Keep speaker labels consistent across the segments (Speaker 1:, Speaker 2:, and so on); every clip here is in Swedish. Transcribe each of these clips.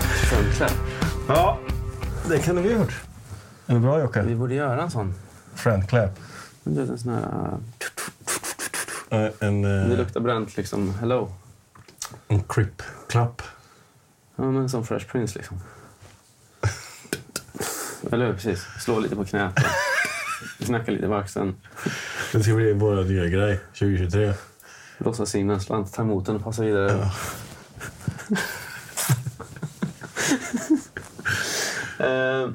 Speaker 1: kväll.
Speaker 2: Ja, det kan vi ha gjort. Är det bra
Speaker 1: Vi
Speaker 2: Jocke?
Speaker 1: borde göra en sån.
Speaker 2: Friend clap.
Speaker 1: Du vet, en sån här... uh,
Speaker 2: Eh, En,
Speaker 1: Det
Speaker 2: eh,
Speaker 1: luktar bränt liksom. Hello.
Speaker 2: en crip clap.
Speaker 1: Ja, men som Fresh Prince liksom. Eller hur? Precis. Slå lite på knät. och Knacka lite på axeln.
Speaker 2: Det ska bli vår nya grej 2023.
Speaker 1: Låtsas simma en slant. Ta emot den och passa vidare. Eh,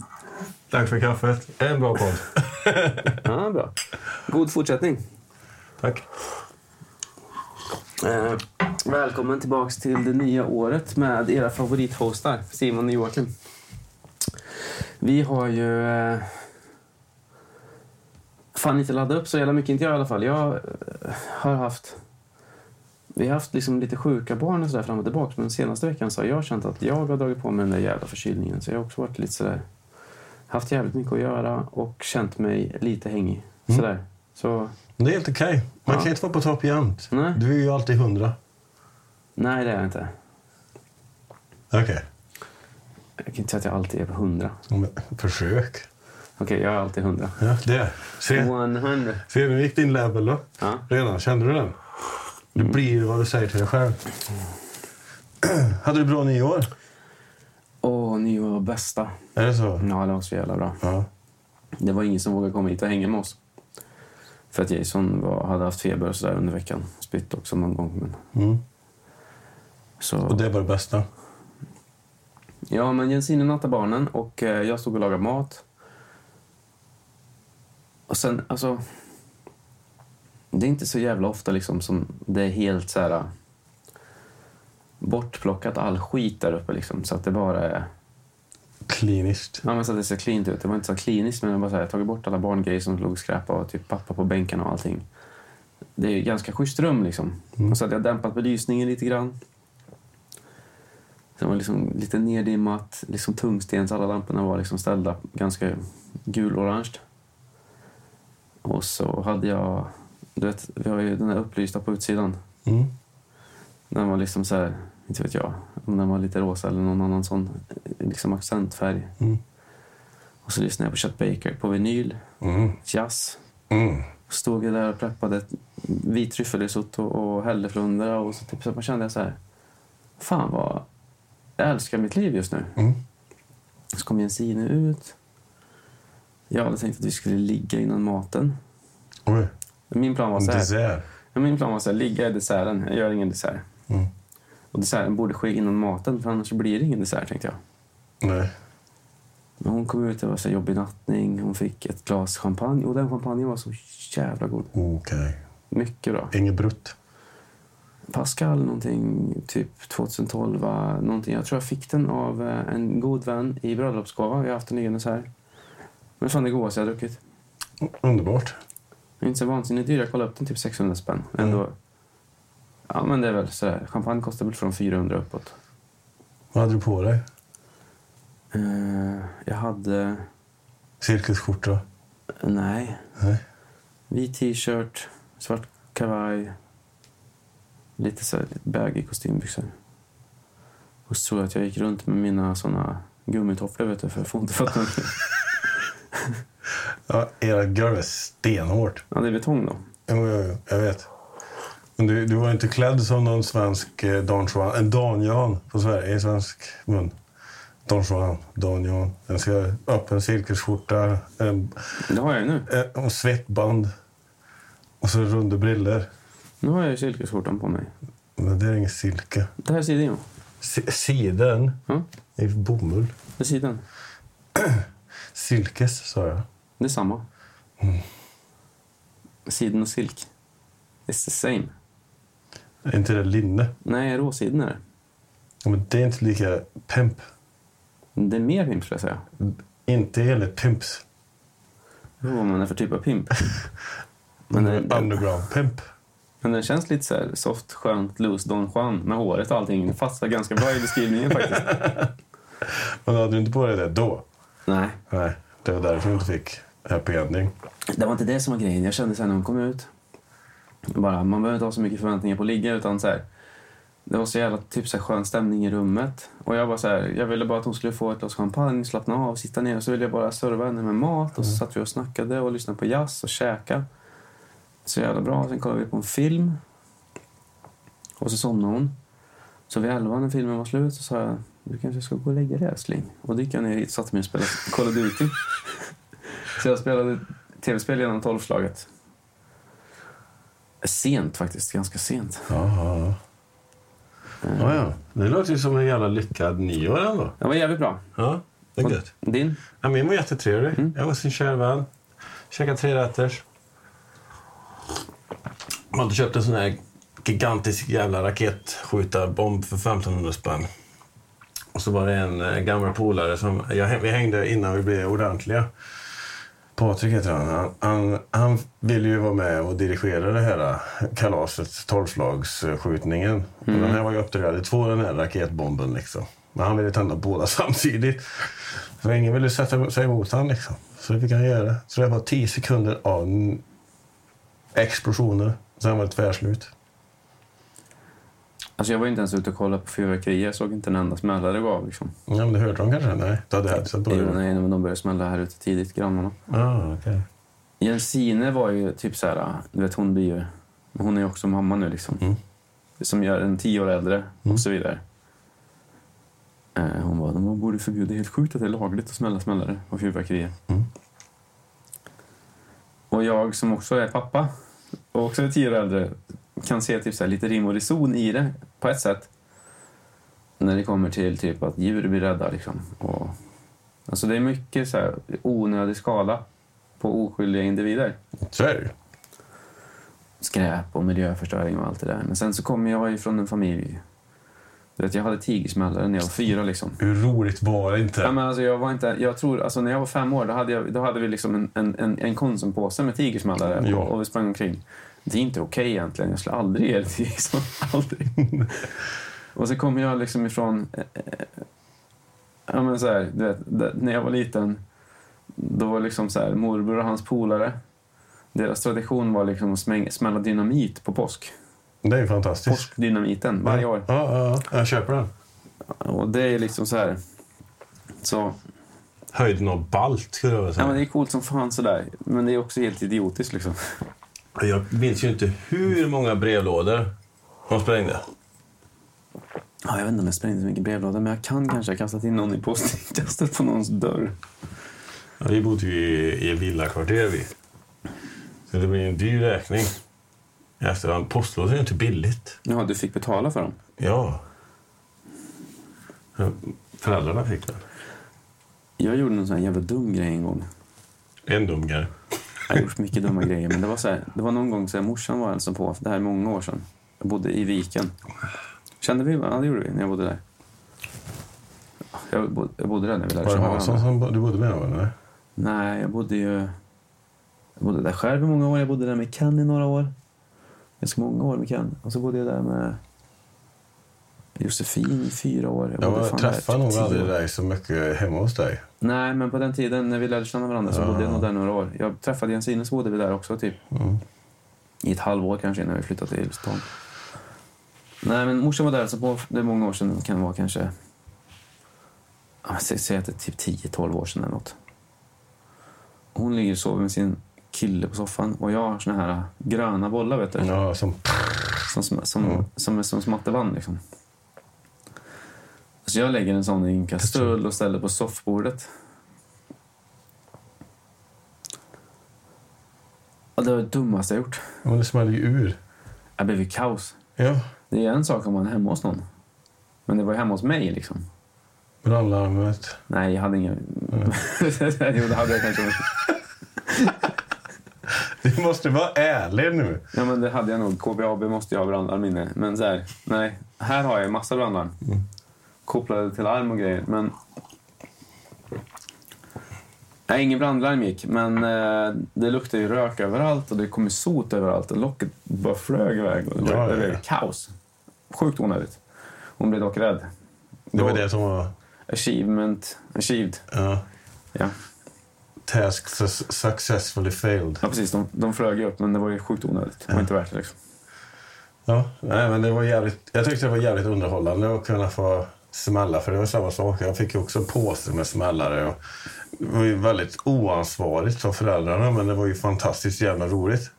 Speaker 2: Tack för kaffet. En bra podd.
Speaker 1: ja, bra. God fortsättning.
Speaker 2: Tack.
Speaker 1: Eh, välkommen tillbaks till det nya året med era favorithostar Simon och Joakim. Vi har ju... Eh, fan inte laddat upp så jävla mycket, inte jag i alla fall. Jag eh, har haft... Vi har haft liksom lite sjuka barn och sådär fram och tillbaka. Men senaste veckan så har jag känt att jag har dragit på mig den där jävla förkylningen. Så jag har också varit lite sådär... Haft jävligt mycket att göra och känt mig lite hängig. Sådär. Så
Speaker 2: Det är helt okej. Man
Speaker 1: Ja.
Speaker 2: kan inte vara på topp jämt.
Speaker 1: Nej.
Speaker 2: Du är ju alltid hundra.
Speaker 1: nej, det är jag inte.
Speaker 2: Okej.
Speaker 1: Jag kan inte säga att jag alltid är på hundra.
Speaker 2: Ja, men Försök. Mm.
Speaker 1: Okej, jag är alltid 100.
Speaker 2: Ja, det. Se.
Speaker 1: 100.
Speaker 2: Se, nu gick din level upp.
Speaker 1: Ja.
Speaker 2: Redan. Kände du den? Du blir ju vad du säger till dig själv. Hade du bra nyår?
Speaker 1: Åh, ni var bästa.
Speaker 2: Är det så?
Speaker 1: Ja, det var så jävla bra.
Speaker 2: Ja.
Speaker 1: Det var ingen som vågade komma hit och hänga med oss. För att Jason var, hade haft feber och sådär under veckan. Spytt också någon gång. Men,
Speaker 2: Mm.
Speaker 1: så.
Speaker 2: Och det var det bästa.
Speaker 1: Ja, men Jensine nattade barnen och eh, jag stod och lagade mat. Och sen, alltså... Det är inte så jävla ofta liksom som det är helt så här... eh, Bortplockat all skit där uppe liksom. Så att det bara är...
Speaker 2: Kliniskt.
Speaker 1: Ja, men så att det ser cleant ut. Det var inte så kliniskt, men det var så här, jag har tagit bort alla barngrejer som låg och skräpade och typ pappa på bänken och allting. Det är ju ganska schysst rum liksom. Och så hade jag dämpat belysningen lite grann. Det var liksom lite neddimmat, liksom tungstens. Alla lamporna var liksom ställda ganska gul-orange. Och så hade jag, du vet, vi har ju den här upplysta på utsidan.
Speaker 2: Mm.
Speaker 1: Den var liksom så här, inte vet jag, om den var lite rosa eller någon annan sån eh, liksom accentfärg.
Speaker 2: Mm.
Speaker 1: Och så lyssnade jag på Chet Baker på vinyl,
Speaker 2: Mm.
Speaker 1: jazz.
Speaker 2: Mm.
Speaker 1: Och Stod jag där och preppade ett vit tryffelrisotto och hälleflundra och så, typ, så man kände jag så här, fan vad jag älskar mitt liv just nu.
Speaker 2: Mm.
Speaker 1: Så kom Jensine ut. Jag hade tänkt att vi skulle ligga innan maten.
Speaker 2: Oj,
Speaker 1: Min plan var
Speaker 2: en
Speaker 1: så här,
Speaker 2: dessert.
Speaker 1: Ja, min plan var så här, ligga i desserten, jag gör ingen dessert.
Speaker 2: Mm.
Speaker 1: Och desserten borde ske innan maten, för annars blir det ingen dessert tänkte jag.
Speaker 2: Nej.
Speaker 1: Men hon kom ut, det var så här jobbig nattning. Hon fick ett glas champagne. Och den champagnen var så jävla god.
Speaker 2: Okej.
Speaker 1: Mycket bra.
Speaker 2: Inget brutt.
Speaker 1: Pascal någonting, typ 2012, va, någonting. Jag tror jag fick den av eh, en god vän i bröllopsgåva. Vi har haft den nyligen så här. Men fan det godaste jag har druckit.
Speaker 2: Underbart.
Speaker 1: Den är inte så vansinnigt dyr. Jag kollade upp den typ 600 spänn. Ändå. Ja men det är väl sådär. Champagne kostar väl från 400 uppåt.
Speaker 2: Vad hade du på dig?
Speaker 1: Eh, jag hade...
Speaker 2: Cirkusskjorta?
Speaker 1: Nej.
Speaker 2: Nej.
Speaker 1: Vit t-shirt, svart kavaj. Lite så här lite baggy kostymbyxor. Och så tror jag att jag gick runt med mina såna gummitofflor vet du, för jag får inte fötterna.
Speaker 2: Ja, era golv är stenhårt.
Speaker 1: ja, det är betong då.
Speaker 2: Jo, jo, jo, jag vet. Men du, du var inte klädd som någon svensk eh, Don Juan. En Dan Jan på Sverige, i svensk mun. Don Juan, Dan Jan. En cir- öppen cirkusskjorta en,
Speaker 1: Det har jag ju nu.
Speaker 2: en, och svettband. Och så runda briller.
Speaker 1: Nu har jag ju silkesskjortan på mig.
Speaker 2: Men det är ingen silke.
Speaker 1: Det här är sidan ju.
Speaker 2: Si- Siden
Speaker 1: Ja,
Speaker 2: är ju bomull.
Speaker 1: det är sidan.
Speaker 2: Silkes, sa jag.
Speaker 1: Det är samma. Siden och silk. It's the same.
Speaker 2: Är inte det linne?
Speaker 1: Nej, råsiden är det.
Speaker 2: Ja, Men det är inte lika pimp.
Speaker 1: Det är mer pimp skulle jag säga.
Speaker 2: Inte enligt pimps.
Speaker 1: Jag vet vad man är för typ av pimp. Men det- det-
Speaker 2: Underground pimp.
Speaker 1: Men den känns lite så här soft, skönt, loose Don Juan med håret och allting. Det passar ganska bra i beskrivningen faktiskt.
Speaker 2: Men hade du inte på dig det då?
Speaker 1: Nej,
Speaker 2: Nej, det var därför du inte fick happy ending.
Speaker 1: det var inte det som var grejen. Jag kände sen när hon kom ut. Bara, man behöver inte ha så mycket förväntningar på att ligga utan så här. Det var så jävla typ, så här, skön stämning i rummet. Och jag, bara, så här, jag ville bara att hon skulle få ett glas champagne, slappna av, sitta ner. Och så ville jag bara serva henne med mat. Och så satt vi och snackade och lyssnade på jazz och käka. Så jävla bra. Sen kollade vi på en film. Och så somnade hon. Så vid elva när filmen var slut så sa jag du kanske ska gå och lägga dig älskling. Och då gick jag ner hit och satte mig och spelade Call of Duty. så jag spelade tv-spel genom tolvslaget. Sent faktiskt, ganska sent.
Speaker 2: Jaha. Ja, ja. Det låter ju som en jävla lyckad nyår ändå.
Speaker 1: Det var jävligt bra.
Speaker 2: Ja, det är gött.
Speaker 1: Din?
Speaker 2: Ja, min var jättetrevlig.
Speaker 1: Mm.
Speaker 2: Jag var hos en kär vän. Käkade tre rätters. Man hade köpt en sån här gigantisk jävla raketskjutarbomb för 1500 spänn. Och så var det en eh, gammal polare som... Jag, vi hängde innan vi blev ordentliga. Patrik heter han. Han, han. han ville ju vara med och dirigera det här eh, kalaset, tolvslagsskjutningen. Och den här var ju uppdelad i två, den här raketbomben. Liksom. Men han ville tända båda samtidigt. Så ingen ville sätta sig emot honom. Liksom. Så det fick han göra. Så det var tio sekunder av n- explosioner. Sen var det tvärslut.
Speaker 1: Alltså jag var inte ens ute och kollade på fyrverkerier. Jag såg inte en enda smällare det gav. Liksom.
Speaker 2: Ja, men det hörde de kanske? Nej, det hade jag sett på
Speaker 1: Jo,
Speaker 2: det.
Speaker 1: nej, men de började smälla här ute tidigt, grannarna.
Speaker 2: Ah, okay.
Speaker 1: Jensine var ju typ så här, du vet hon blir ju, hon är ju också mamma nu liksom.
Speaker 2: Mm.
Speaker 1: Som gör en tio år äldre
Speaker 2: Mm.
Speaker 1: och så vidare. Eh, hon bara, de borde förbjuda, det är helt sjukt att det är lagligt att smälla smällare och fyrverkerier.
Speaker 2: Mm.
Speaker 1: Och jag som också är pappa och också är tio år äldre kan se typ så här, lite rim och reson i det på ett sätt. När det kommer till typ att djur blir rädda liksom. Och, alltså det är mycket så här, onödig skada på oskyldiga individer
Speaker 2: Så är det ju.
Speaker 1: skräp och miljöförstöring och allt det där. Men sen så kommer jag ju från en familj... Du vet, jag hade tigersmällare när jag var fyra. Liksom.
Speaker 2: Hur roligt var det inte?
Speaker 1: Ja, men alltså, jag var inte, jag tror, alltså, när jag var fem år då hade, jag, då hade vi liksom en, en, en, en konsumpåse med tigersmällare
Speaker 2: Ja.
Speaker 1: och vi sprang omkring. Det är inte okej egentligen. Jag skulle aldrig ge det till tigersmällare. Aldrig. och så kommer jag liksom ifrån... eh, eh, Ja, men så här, du vet, d- när jag var liten då var liksom så här, morbror och hans polare deras tradition var liksom att smäng, smälla dynamit på påsk.
Speaker 2: Det är ju fantastiskt.
Speaker 1: Påskdynamiten varje år.
Speaker 2: Ja, ja, ja. Jag köper den.
Speaker 1: Och det är liksom så här. Så,
Speaker 2: Höjden av balt skulle jag vilja
Speaker 1: ja, men det
Speaker 2: säga.
Speaker 1: är coolt som fan sådär. Men det är också helt idiotiskt liksom.
Speaker 2: Jag minns ju inte hur många brevlådor de sprängde.
Speaker 1: Ja, jag vet inte om jag sprängde så mycket brevlådor, men jag kan kanske ha kastat in någon i postkastet på någons dörr.
Speaker 2: Ja, vi bodde ju i, i villakvarter vi. Så det blir en dyr räkning. I efterhand, postlådor är ju inte billigt.
Speaker 1: Ja, du fick betala för dem.
Speaker 2: Ja. Föräldrarna fick den.
Speaker 1: Jag gjorde någon sån här jävla dum grej en gång.
Speaker 2: En dumgare.
Speaker 1: Jag har gjort mycket dumma grejer, men det var, så här, det var någon gång så här, morsan var alltså på, det här är många år sedan. Jag bodde i Viken. Kände vi varandra? Ja, det gjorde vi när jag bodde där. Jag bodde, jag bodde där när vi lärde
Speaker 2: Var det
Speaker 1: känna
Speaker 2: Hansson
Speaker 1: varandra.
Speaker 2: som bo- du bodde med? Eller?
Speaker 1: Nej, jag bodde ju... Jag bodde där själv i många år. Jag bodde där med Ken i några år. Ganska många år med Ken. Och så bodde jag där med Josefin i fyra år.
Speaker 2: Jag
Speaker 1: bodde
Speaker 2: var,
Speaker 1: fan
Speaker 2: träffade
Speaker 1: där
Speaker 2: nog
Speaker 1: typ tio
Speaker 2: aldrig
Speaker 1: år.
Speaker 2: dig så mycket hemma hos dig.
Speaker 1: Nej, men på den tiden när vi lärde känna varandra så
Speaker 2: Ja.
Speaker 1: bodde jag nog där några år. Jag träffade Jensine så bodde vi där också typ
Speaker 2: Mm.
Speaker 1: i ett halvår kanske innan vi flyttade till stan. Nej, men morsan var där så på, det är många år sedan. Det kan vara kanske... ja, men Säg säg att det är typ 10-12 år sedan eller något. Hon ligger och sover med sin kille på soffan och jag har såna här gröna bollar vet du.
Speaker 2: Ja, som...
Speaker 1: Som, som, som, som är som smatterband liksom. Så jag lägger en sån i en kastrull och ställer på soffbordet. Och det var det dummaste jag gjort.
Speaker 2: Men det smällde ju ur.
Speaker 1: Det blev ju kaos.
Speaker 2: Ja,
Speaker 1: Det är en sak om man är hemma hos någon. Men det var ju hemma hos mig liksom.
Speaker 2: brandlarmet.
Speaker 1: Nej, jag hade ingen...
Speaker 2: Mm.
Speaker 1: jo, det hade jag kanske.
Speaker 2: Du måste vara ärlig nu.
Speaker 1: Ja, men det hade jag nog. KBAB måste jag ha brandlarm inne. Men så här, nej. Här har jag ju massa brandlarm.
Speaker 2: Mm.
Speaker 1: Kopplade till larm och grejer. Men... Nej, ingen brandlarm gick. Men eh, det luktade ju rök överallt och det kom ju sot överallt. Och locket bara flög iväg. Och det,
Speaker 2: Ja,
Speaker 1: var,
Speaker 2: ja,
Speaker 1: det blev
Speaker 2: ja.
Speaker 1: kaos. Sjukt onödigt. Hon blev dock rädd.
Speaker 2: Det var
Speaker 1: Då-
Speaker 2: det som var...
Speaker 1: Achievement. Achieved.
Speaker 2: Ja.
Speaker 1: Ja.
Speaker 2: Task su- successfully failed.
Speaker 1: Ja, precis. De, de flög ju upp, men det var ju sjukt onödigt. Det var inte värt det. Liksom.
Speaker 2: Ja, nej, men det var jävligt, jag tyckte det var jävligt underhållande att kunna få smälla, för det var samma sak. Jag fick ju också en påse med smällare. Och det var ju väldigt oansvarigt av föräldrarna, men det var ju fantastiskt jävla roligt.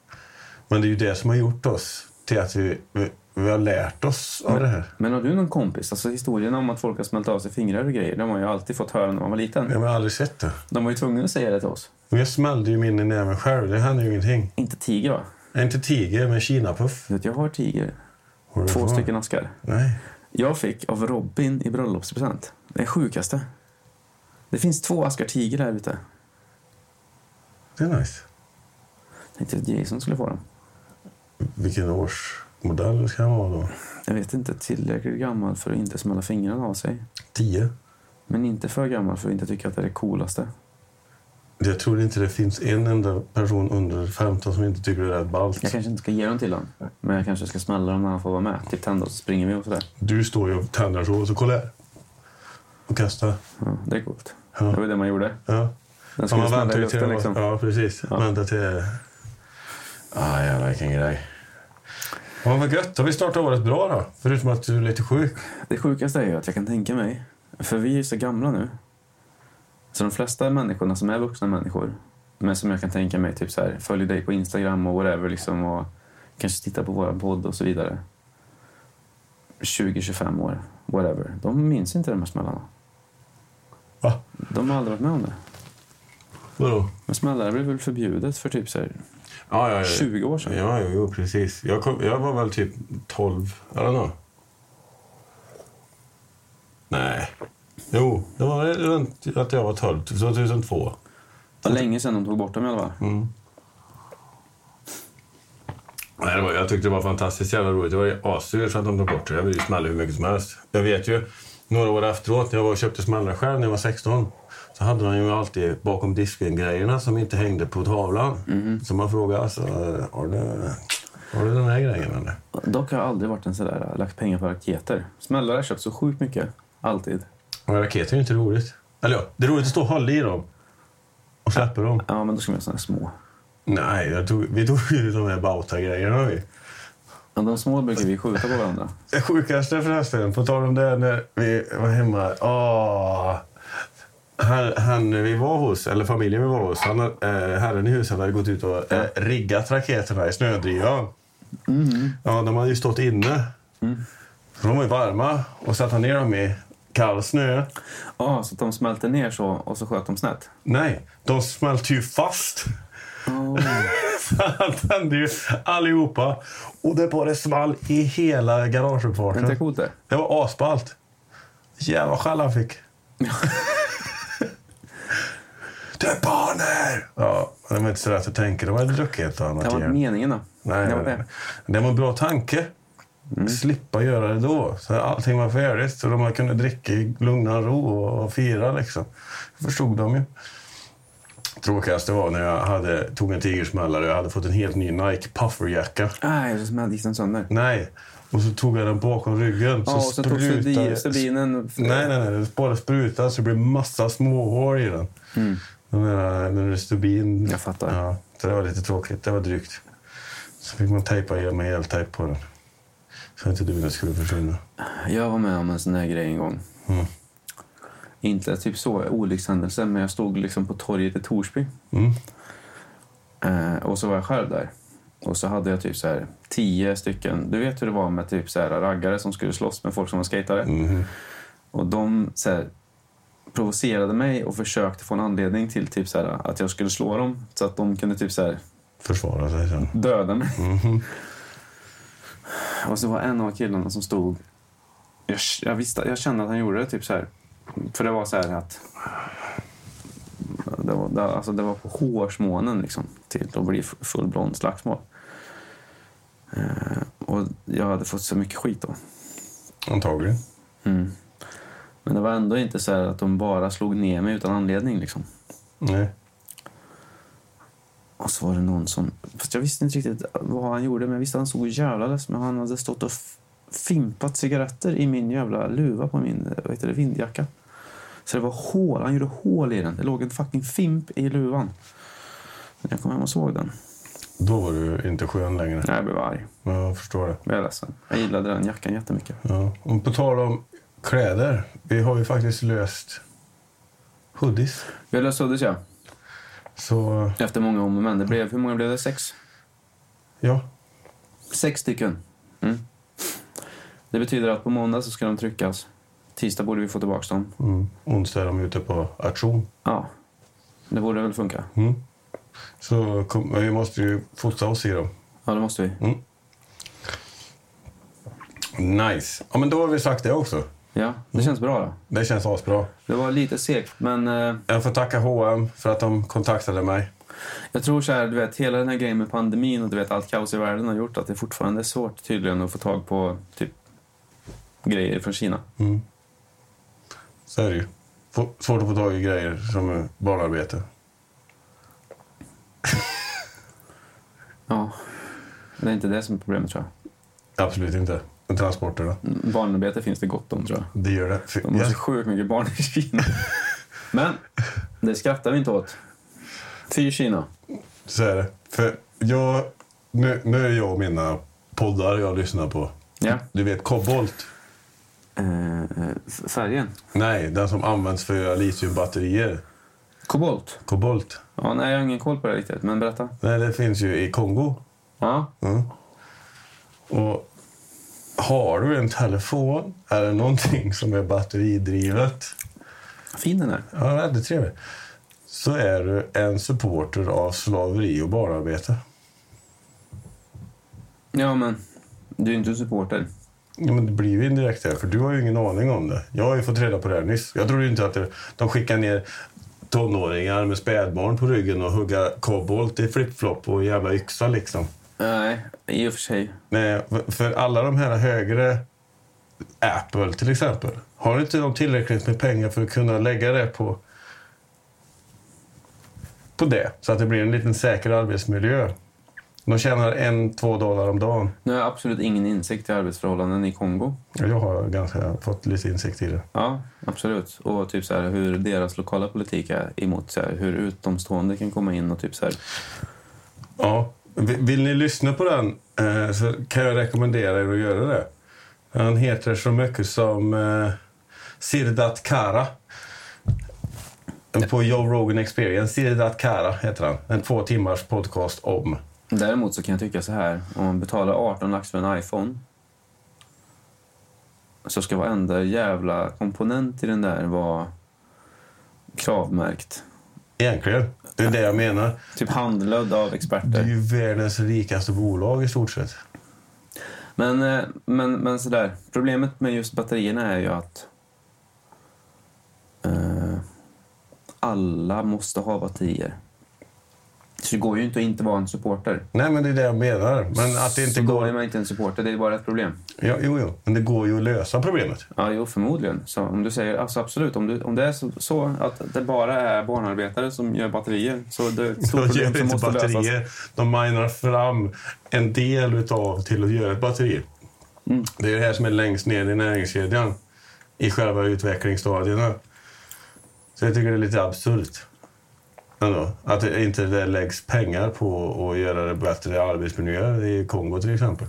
Speaker 2: Men det är ju det som har gjort oss till att vi, vi, vi har lärt oss av det här.
Speaker 1: Men har du någon kompis? Alltså historien om att folk har smält av sig fingrar och grejer, de har ju alltid fått höra när man var liten.
Speaker 2: Jag har aldrig sett det.
Speaker 1: De var ju tvungna att säga det till oss.
Speaker 2: Men jag smällde ju min i näven själv. Det hände ju ingenting.
Speaker 1: Inte tiger va?
Speaker 2: Inte tiger, men kinapuff.
Speaker 1: Du vet, jag har tiger.
Speaker 2: Har du
Speaker 1: Två
Speaker 2: kvar?
Speaker 1: stycken askar.
Speaker 2: Nej.
Speaker 1: Jag fick av Robin i bröllopspresent. Det är sjukaste. Det finns två askar tiger där ute.
Speaker 2: Det är nice.
Speaker 1: Jag tänkte att Jason skulle få dem.
Speaker 2: Vilken årsmodell ska han vara då?
Speaker 1: Jag vet inte, tillräckligt gammal för att inte smälla fingrarna av sig.
Speaker 2: Tio?
Speaker 1: Men inte för gammal för att inte tycka att det är det coolaste.
Speaker 2: Jag tror inte det finns en enda person under 15 som inte tycker det är rätt ballt.
Speaker 1: Jag kanske inte ska ge dem till honom. Men jag kanske ska smälla dem när han får vara med. Typ tända och så springer vi och sådär.
Speaker 2: Du står ju och tänder så, och så kolla här. Och kastar.
Speaker 1: Ja, det är coolt.
Speaker 2: Ja.
Speaker 1: Det var ju det man gjorde.
Speaker 2: Ja.
Speaker 1: Den
Speaker 2: Ja,
Speaker 1: skulle
Speaker 2: man
Speaker 1: smälla
Speaker 2: väntar
Speaker 1: i
Speaker 2: ju till...
Speaker 1: luften liksom.
Speaker 2: Ja, precis.
Speaker 1: Ja.
Speaker 2: Väntar till... Ah, jävlar vilken grej. Ja, vad gött. Har vi startat året bra då? Förutom att du är lite sjuk.
Speaker 1: Det sjukaste är ju att jag kan tänka mig, för vi är ju så gamla nu. Så de flesta människorna som är vuxna människor, men som jag kan tänka mig typ så här, följer dig på Instagram och whatever liksom och kanske tittar på våra podd och så vidare. 20-25 år, whatever. De minns inte de här smällarna.
Speaker 2: Va?
Speaker 1: De har aldrig varit med om det.
Speaker 2: Vadå?
Speaker 1: Men smällare blev väl förbjudet för typ så här
Speaker 2: Ja, ja, ja.
Speaker 1: 20 år sedan?
Speaker 2: Ja, jo, jo precis. Jag, kom, jag var väl typ 12, eller nå. Nej. Jo, det var väl runt att jag var typ 12, 2002.
Speaker 1: Det var länge sedan de tog bort dem i alla fall.
Speaker 2: Nej, det var, jag tyckte det var fantastiskt jävla roligt. Jag var ju assur för att de tog bort det. Jag ville ju smälla hur mycket som helst. Jag vet ju, några år efteråt, när jag var och köpte smällare själv när jag var 16, så hade de ju alltid bakom disken-grejerna som inte hängde på tavlan. Så man frågade alltså, har du, har du den här grejen eller?
Speaker 1: Dock har jag aldrig varit en sådär, lagt pengar på raketer. Smällare har jag köpt så sjukt mycket. Alltid.
Speaker 2: Och raketer är ju inte roligt. Eller ja, det är roligt att stå och hålla i dem. Och släppa dem.
Speaker 1: Ja, men då ska man göra sådana små.
Speaker 2: Nej, jag tog, vi tog ju de här Bauta-grejerna vi.
Speaker 1: Ja, de små brukar vi skjuta på varandra.
Speaker 2: Det sjukaste förresten, på tal om det när vi var hemma. Åh. Han, han vi var hos, eller familjen vi var hos, han, eh, herren i huset hade gått ut och eh, riggat raketerna i snödrivan. Ja, de hade ju stått inne. Så de var ju varma och satte han ner dem i kall snö.
Speaker 1: Ja, så att de smälter ner så och så sköt de snett.
Speaker 2: Nej, de smälte ju fast.
Speaker 1: Oh.
Speaker 2: Han tände ju allihopa. Och det bara small i hela
Speaker 1: Är inte det
Speaker 2: garageuppfarten.
Speaker 1: coolt det?
Speaker 2: Det var asballt. Jävla skäll han fick. det är barner! Ja, de är inte så lätt att tänka. De hade druckit ett och annat.
Speaker 1: Det var inte
Speaker 2: igen.
Speaker 1: meningen då.
Speaker 2: Nej,
Speaker 1: det var
Speaker 2: nej,
Speaker 1: det. Mm.
Speaker 2: nej. Det var en bra tanke. Slippa göra det då. Så allting var färdigt. Så de kunde dricka i lugna ro och fira. Liksom. Det förstod de ju. Tråkigaste var när jag hade, tog en tigersmällare och jag hade fått en helt ny Nike pufferjacka.
Speaker 1: Aj, så smällde gick den sönder.
Speaker 2: Nej. Och så tog jag den bakom ryggen.
Speaker 1: Ja, och så tog
Speaker 2: sprutade-
Speaker 1: studi- stubinen...
Speaker 2: Nej, nej, nej. Det bara sprutade så det blev massa småhål i den.
Speaker 1: Mm.
Speaker 2: Den där, den där stubin.
Speaker 1: Jag fattar.
Speaker 2: Ja, så det var lite tråkigt. Det var drygt. Så fick man tejpa igen med eltejp på den. Så inte duven skulle försvinna.
Speaker 1: Jag var med om en sån där grej en gång.
Speaker 2: Mm.
Speaker 1: Inte typ så olyckshändelse, men jag stod liksom på torget i Torsby.
Speaker 2: Mm.
Speaker 1: Eh, och så var jag själv där. Och så hade jag typ så här tio stycken... Du vet hur det var med typ så här raggare som skulle slåss med folk som var skatare.
Speaker 2: Mhm.
Speaker 1: Och de så här, provocerade mig och försökte få en anledning till typ så här, att jag skulle slå dem så att de kunde typ så här,
Speaker 2: Försvara sig sen.
Speaker 1: döda mig.
Speaker 2: Mhm.
Speaker 1: Och så var en av killarna som stod... Jag, jag, visste, jag kände att han gjorde det. Typ så här, för det var så här att... Det var, det, alltså det var på hårsmånen liksom, till att bli f- fullblond slagsmål. Eh, och jag hade fått så mycket skit då.
Speaker 2: Antagligen.
Speaker 1: Mm. Men det var ändå inte så här att de bara slog ner mig utan anledning. Liksom.
Speaker 2: Nej.
Speaker 1: Och så var det någon som... Fast jag visste inte riktigt vad han gjorde, men jag visste att han såg jävla ledsen Men han hade stått och f- fimpat cigaretter i min jävla luva på min eh, vad heter det, vindjacka. Så det var hål. Han gjorde hål i den. Det låg en fucking fimp i luvan. När jag kom hem och såg den.
Speaker 2: Då var du inte skön längre.
Speaker 1: Nej, Jag blev arg.
Speaker 2: Ja, jag förstår det.
Speaker 1: Jag blev ledsen. Jag gillade den jackan jättemycket.
Speaker 2: Ja. Och på tal om kläder. Vi har ju faktiskt löst hoodies.
Speaker 1: Jag löste Uddis, ja.
Speaker 2: Så
Speaker 1: Efter många om och men. Det blev, hur många blev det? Sex?
Speaker 2: ja,
Speaker 1: Sex stycken. Mm. Det betyder att på måndag så ska de tryckas. Tisdag borde vi få tillbaka dem.
Speaker 2: mm. onsdag är de ute på auktion.
Speaker 1: Ja, det borde väl funka.
Speaker 2: Mm. Så kom, vi måste ju fota oss i dem.
Speaker 1: Ja, det måste vi.
Speaker 2: Mm. Nice. Ja, men då har vi sagt det också.
Speaker 1: Ja, det känns bra då.
Speaker 2: Det känns asbra.
Speaker 1: Det var lite segt, men eh,
Speaker 2: Jag får tacka H&M för att de kontaktade mig.
Speaker 1: jag tror så här, du vet, hela den här grejen med pandemin och du vet, allt kaos i världen har gjort att det fortfarande är svårt tydligen att få tag på typ grejer från Kina.
Speaker 2: Mm. Så är det ju. Få- Svårt att få tag i grejer som är barnarbete.
Speaker 1: Ja, det är inte det som är problemet tror jag.
Speaker 2: Absolut inte. Men transporterna.
Speaker 1: Mm, Barnarbete finns det gott om tror jag.
Speaker 2: Det gör det. Fy-
Speaker 1: De har
Speaker 2: Ja.
Speaker 1: så sjukt mycket barn i Kina. Men det skrattar vi inte åt. Fy Kina.
Speaker 2: Så är det. För jag, nu, nu är jag och mina poddar jag lyssnar på.
Speaker 1: Ja.
Speaker 2: Du vet kobolt?
Speaker 1: Eh, eh, f- färgen.
Speaker 2: Nej, den som används för att göra litiumbatterier.
Speaker 1: Kobolt.
Speaker 2: Kobolt.
Speaker 1: Ja, nej, jag har ingen koll på det riktigt, men berätta.
Speaker 2: Nej, det finns ju i Kongo.
Speaker 1: Ja,
Speaker 2: Och har du en telefon eller någonting som är batteridrivet
Speaker 1: fin den är.
Speaker 2: Ja, väldigt trevlig. Så är du en supporter av slaveri och barnarbete.
Speaker 1: Ja, men du är inte supporter.
Speaker 2: Ja, men det blir ju indirekt här, för du har ju ingen aning om det. Jag har ju fått reda på det här nyss. Jag trodde ju inte att det, de skickar ner tonåringar med spädbarn på ryggen och hugga kobolt i flipflop och jävla yxa liksom.
Speaker 1: Nej, i och för sig.
Speaker 2: Nej, för alla de här högre, Apple till exempel, har inte de tillräckligt med pengar för att kunna lägga det på, på det? Så att det blir en liten säker arbetsmiljö. De tjänar en, två dollar om dagen.
Speaker 1: Nu har jag absolut ingen insikt i arbetsförhållanden i Kongo.
Speaker 2: Och Jag har ganska, fått lite insikt i det.
Speaker 1: Ja, absolut. Och typ så här, hur deras lokala politik är emot så här, hur utomstående kan komma in och typ så här.
Speaker 2: Ja. Vill vill ni lyssna på den eh, så kan jag rekommendera er att göra det. Han heter så mycket som eh, Sirdat Kara. På Joe Rogan Experience. Sirdat Kara heter han. En två timmars podcast om.
Speaker 1: Däremot så kan jag tycka så här, om man betalar 18 lax för en iPhone så ska varenda jävla komponent i den där vara kravmärkt.
Speaker 2: Egentligen. Det är det jag menar.
Speaker 1: Typ handlödd av
Speaker 2: Det är
Speaker 1: experter.
Speaker 2: ju världens rikaste bolag i stort sett.
Speaker 1: Men, eh, men, men sådär, problemet med just batterierna är ju att eh, alla måste ha batterier. Så det går ju inte att inte vara en supporter.
Speaker 2: Nej, men det är det jag menar. Men att det inte
Speaker 1: så då är
Speaker 2: går...
Speaker 1: man inte en supporter, det är bara ett problem.
Speaker 2: Ja, jo, jo. Men det går ju att lösa problemet.
Speaker 1: Ja, jo, förmodligen. Så om du säger, alltså absolut, om, du, om det är så, så att det bara är barnarbetare som gör batterier så det är ett stort
Speaker 2: De
Speaker 1: problem
Speaker 2: gör
Speaker 1: som
Speaker 2: inte
Speaker 1: måste lösas.
Speaker 2: batterier. De minar fram en del utav till att göra ett batteri.
Speaker 1: Mm.
Speaker 2: Det är det här som är längst ner i näringskedjan i själva utvecklingsstadierna. Så jag tycker det är lite absurt. Ändå, att det inte det läggs pengar på att göra det bättre arbetsmiljöer i Kongo till exempel.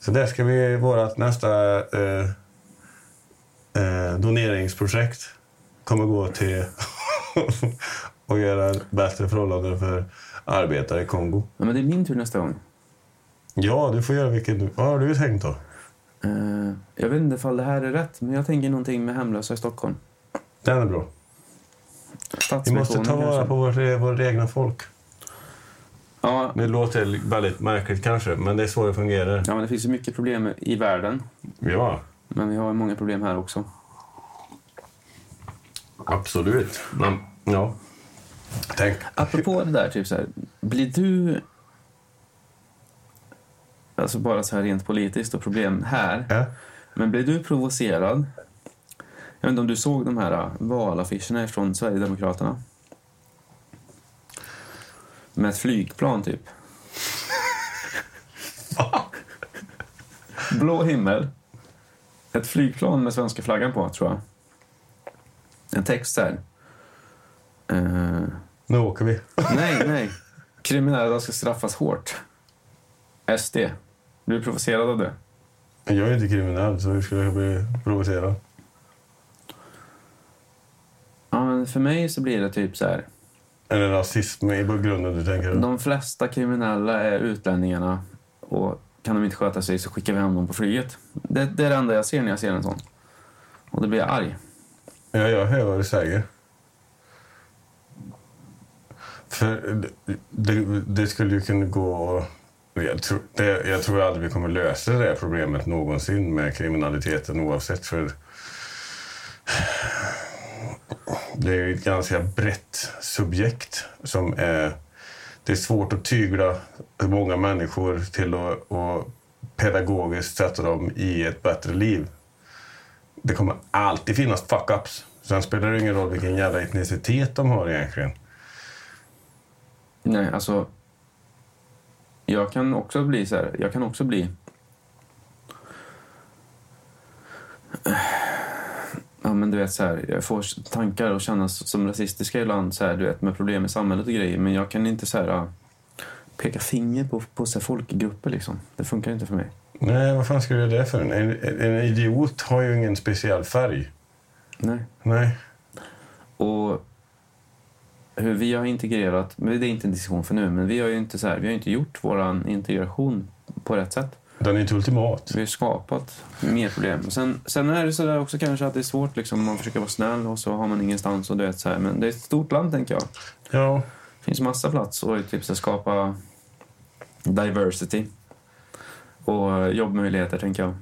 Speaker 2: Så där ska vi vårt nästa eh, eh, doneringsprojekt kommer gå till att göra bättre förhållanden för arbetare i Kongo.
Speaker 1: Ja, men det är min tur nästa gång.
Speaker 2: Ja, du får göra vilken du... Vad har du tänkt då?
Speaker 1: Eh, jag vet inte ifall det här är rätt, men jag tänker någonting med hemlösa i Stockholm.
Speaker 2: Den är bra. Vi
Speaker 1: Stadsmissionen
Speaker 2: måste ta vara
Speaker 1: kanske.
Speaker 2: på vårt, vårt egna folk.
Speaker 1: Ja,
Speaker 2: Det låter väldigt märkligt kanske, men det är så det fungerar.
Speaker 1: ja, men det finns ju mycket problem i världen,
Speaker 2: Ja,
Speaker 1: men vi har ju många problem här också.
Speaker 2: absolut. Men, ja. Tänk.
Speaker 1: Apropå det där, typ så här, blir du... Alltså bara så här rent politiskt och problem här.
Speaker 2: Ja.
Speaker 1: Men blev du provocerad? Jag vet inte om du såg de här äh, valaffischerna från Sverigedemokraterna? Med ett flygplan, typ. Blå himmel. Ett flygplan med svenska flaggan på, tror jag. En text där. Eh,
Speaker 2: Nu åker vi.
Speaker 1: nej, nej. Kriminella ska straffas hårt. SD. Blir du provocerad av det?
Speaker 2: Men Jag är inte kriminell, så hur skulle jag bli provocerad?
Speaker 1: Ja, men för mig så blir det typ så här.
Speaker 2: Är det rasism i grunden du tänker?
Speaker 1: De flesta kriminella är utlänningarna och kan de inte sköta sig så skickar vi hem dem på flyget. Det, det är det enda jag ser när jag ser en sån. Och då blir jag arg.
Speaker 2: Ja, jag hör vad du säger. För det, det skulle ju kunna gå... Jag tror, det, jag tror aldrig vi kommer lösa det här problemet någonsin med kriminaliteten oavsett för... Det är ju ett ganska brett subjekt som är... Det är svårt att tygla många människor till att, att pedagogiskt sätta dem i ett bättre liv det kommer alltid finnas fuck-ups. Sen spelar det ingen roll vilken jävla etnicitet de har egentligen.
Speaker 1: Nej, alltså. Jag kan också bli så här. Jag kan också bli. Ja, men du vet så här. Jag får tankar och kännas som rasistiska ibland så här, du vet, med problem i samhället och grejer. Men jag kan inte så här äh, peka finger på, på så här, folkgrupper liksom. Det funkar inte för mig.
Speaker 2: Nej, vad fan ska du göra det för? En, en idiot har ju ingen speciell färg.
Speaker 1: Nej.
Speaker 2: Nej.
Speaker 1: Och hur vi har integrerat, men det är inte en diskussion för nu, men vi har ju inte, så här, vi har inte gjort vår integration på rätt sätt.
Speaker 2: Den är inte ultimat.
Speaker 1: Vi har skapat mer problem. Sen, sen är det så där också kanske att det är svårt, liksom, man försöker vara snäll och så har man ingenstans. Och du vet, så här. Men det är ett stort land, tänker jag.
Speaker 2: Ja.
Speaker 1: Det finns massa plats och typ, så här, skapa diversity. Och jobbmöjligheter, tänker jag.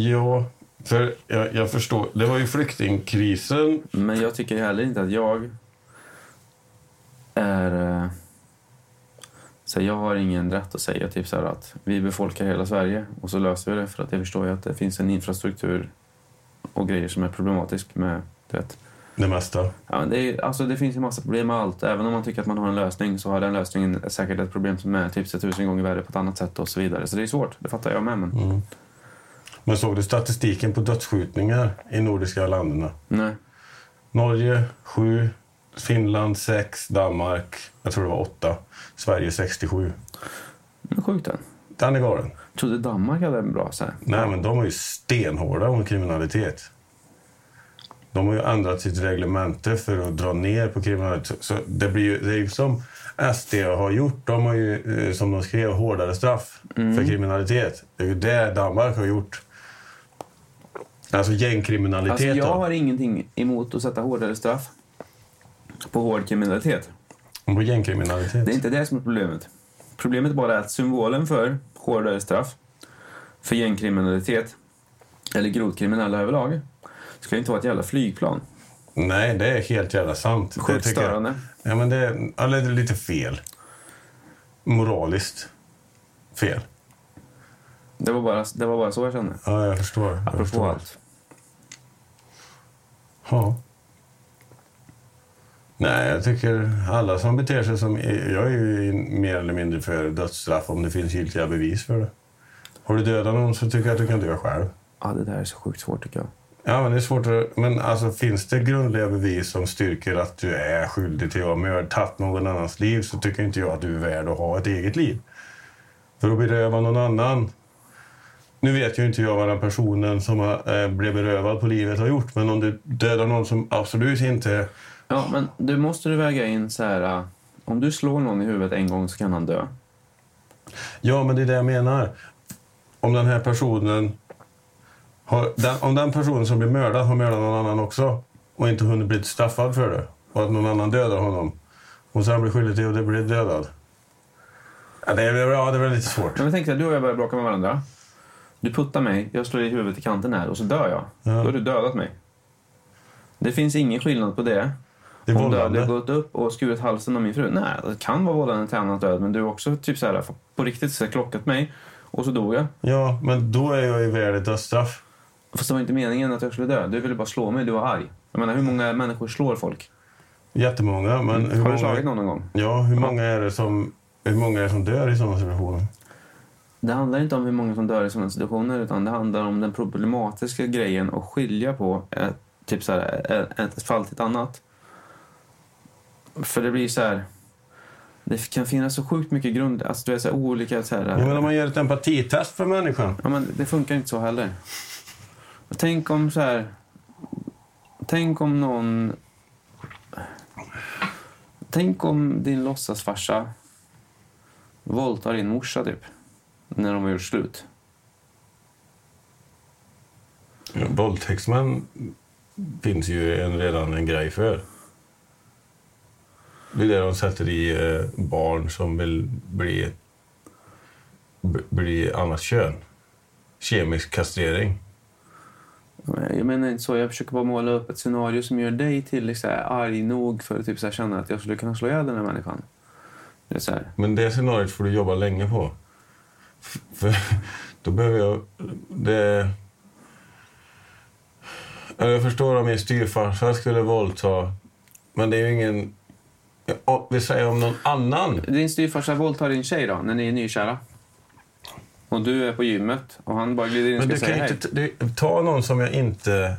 Speaker 2: Ja, för jag, jag förstår. Det var ju flyktingkrisen.
Speaker 1: Men jag tycker heller inte att jag är... eh, Så här, jag har ingen rätt att säga typ så här att vi befolkar hela Sverige och så löser vi det för att jag förstår ju att det finns en infrastruktur och grejer som är problematisk med, du vet.
Speaker 2: Det mesta.
Speaker 1: Ja, men det, är, alltså, det finns ju massa problem med allt. Även om man tycker att man har en lösning så har den lösningen säkert ett problem som är typ så tusen gånger värre på ett annat sätt och så vidare. Så det är svårt, det fattar jag med. Men
Speaker 2: Mm. Men såg du statistiken på dödsskjutningar i nordiska länderna?
Speaker 1: nej,
Speaker 2: Norge 7, Finland 6, Danmark, jag tror det var 8, Sverige 67.
Speaker 1: men sjukt den.
Speaker 2: Den är galen.
Speaker 1: Trodde Danmark hade en bra så här.
Speaker 2: Nej, men de är ju stenhårda om kriminalitet. De har ju ändrat sitt reglemente för att dra ner på kriminalitet. Så det, blir ju, det är ju som SD har gjort. De har ju, eh, som de skrev, hårdare straff
Speaker 1: Mm.
Speaker 2: för kriminalitet. Det är ju det Danmark har gjort. Alltså
Speaker 1: Alltså,
Speaker 2: gängkriminalitet.
Speaker 1: jag
Speaker 2: då.
Speaker 1: har ingenting emot att sätta hårdare straff på hård kriminalitet.
Speaker 2: På gängkriminalitet.
Speaker 1: Det är inte det som är problemet. Problemet bara är att symbolen för hårdare straff för gängkriminalitet eller grovt kriminella överlag skulle inte vara ett jävla flygplan.
Speaker 2: Nej, det är helt jävla sant. Det
Speaker 1: Sjukt
Speaker 2: tycker jag.
Speaker 1: störande.
Speaker 2: Ja, men det, är- eller det är lite fel. Moraliskt fel.
Speaker 1: Det var bara, det var bara så jag kände.
Speaker 2: Ja, jag förstår. Jag
Speaker 1: Apropå
Speaker 2: förstår.
Speaker 1: allt.
Speaker 2: Ja. Nej, jag tycker alla som beter sig som... Jag är ju mer eller mindre för dödsstraff om det finns giltiga bevis för det. Har du dödat någon så tycker jag att du kan dö själv.
Speaker 1: Ja, det där är så sjukt svårt tycker jag.
Speaker 2: Ja, men det är svårt att... Men alltså, finns det grundliga bevis som styrker att du är skyldig till att ha mördat, tagit någon annans liv så tycker inte jag att du är värd att ha ett eget liv. För att beröva någon annan... Nu vet ju inte jag vad den personen som har, eh, blev berövad på livet har gjort men om du dödar någon som absolut inte...
Speaker 1: Ja, men du måste du väga in så här. äh, Om du slår någon i huvudet en gång så kan han dö.
Speaker 2: Ja, men det är det jag menar. Om den här personen... Har, den, om den personen som blir mördad har mördat någon annan också och inte hunnit bli straffad för det och att någon annan dödar honom och sen blir skyldig till att bli dödad. Ja, det är väl ja, det är väl lite svårt.
Speaker 1: Men vi tänker att du och jag börjar bråka med varandra. Du puttar mig, jag slår i huvudet i kanten här och så dör jag.
Speaker 2: Ja.
Speaker 1: Då har du dödat mig. Det finns ingen skillnad på det.
Speaker 2: Det är
Speaker 1: Om du hade
Speaker 2: vållande.
Speaker 1: gått upp och skurit halsen av min fru. Nej, det kan vara vållande till annat död. Men du har också typ så här, på riktigt så här, klockat mig och så dog jag.
Speaker 2: Ja, men då är jag ju värd ett dödsstraff.
Speaker 1: Fast det var inte meningen att jag skulle dö. Du ville bara slå mig, du var arg. Jag menar, hur många människor slår folk?
Speaker 2: Jättemånga, men hur
Speaker 1: Har du
Speaker 2: många,
Speaker 1: slagit någon någon gång?
Speaker 2: ja, hur många är det som, hur många är det som dör i sådana situationer?
Speaker 1: Det handlar inte om hur många som dör i sådana situationer utan det handlar om den problematiska grejen att skilja på eh, typ så här, eh, ett fall till ett annat. För det blir så här... Det kan finnas så sjukt mycket grund. Alltså, du är så här, olika... Så här,
Speaker 2: Ja, men om man gör ett empatitest för människan.
Speaker 1: Ja, men det funkar inte så heller. Och tänk om så här... Tänk om någon... Tänk om din låtsasfarsa våldtar din morsa, typ. När de har gjort slut.
Speaker 2: Ja, Våldtäktsmän finns ju en, redan en grej för. Det är det de sätter i eh, barn som vill bli, b- bli annat kön. Kemisk kastrering.
Speaker 1: Jag menar inte så. Jag försöker bara måla upp ett scenario som gör dig till så här, arg nog för att typ, så här, känna att jag skulle kunna slå ihjäl den här människan. Det är så här.
Speaker 2: Men det scenariot får du jobba länge på. F- För då behöver jag... Det... Ja, Jag förstår om min styvfarsa skulle våldta, men det är ju ingen... Ja, Vi säger om någon annan.
Speaker 1: Din styvfarsa våldtar din tjej då, när ni är nykära. Och du är på gymmet och han bara glider in och
Speaker 2: Men
Speaker 1: ska
Speaker 2: du
Speaker 1: säga
Speaker 2: kan
Speaker 1: hej.
Speaker 2: inte t- du, ta någon som jag inte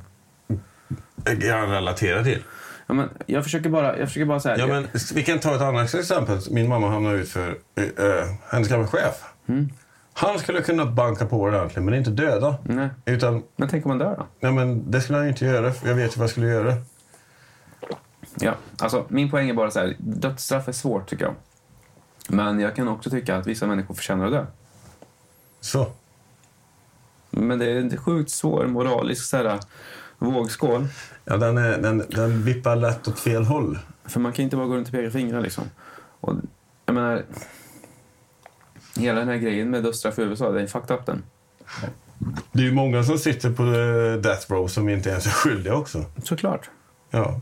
Speaker 2: kan relatera till.
Speaker 1: Ja, men jag försöker bara, jag försöker bara säga
Speaker 2: Ja, men, s- vi kan ta ett annat exempel. Min mamma hamnade ut för eh, eh, hennes gamla chef.
Speaker 1: Mm.
Speaker 2: Han skulle kunna banka på ordentligt, men inte döda.
Speaker 1: Nej.
Speaker 2: Utan,
Speaker 1: men tänk om man dör då?
Speaker 2: nej, men det skulle han ju inte göra, för jag vet ju vad jag skulle göra.
Speaker 1: Ja, alltså min poäng är bara så här, dödsstraff är svårt tycker jag. Men jag kan också tycka att vissa människor förtjänar att dö.
Speaker 2: Så.
Speaker 1: Men det är en sjukt svår moralisk så här, vågskål.
Speaker 2: Ja, den, är, den, den vippar lätt åt fel håll.
Speaker 1: För man kan inte bara gå runt och peka fingrar liksom. Och, jag menar, hela den här grejen med dödsstraff i USA, det är fucked up den.
Speaker 2: Det är ju många som sitter på eh, death row som inte ens är skyldiga också.
Speaker 1: Såklart.
Speaker 2: Ja.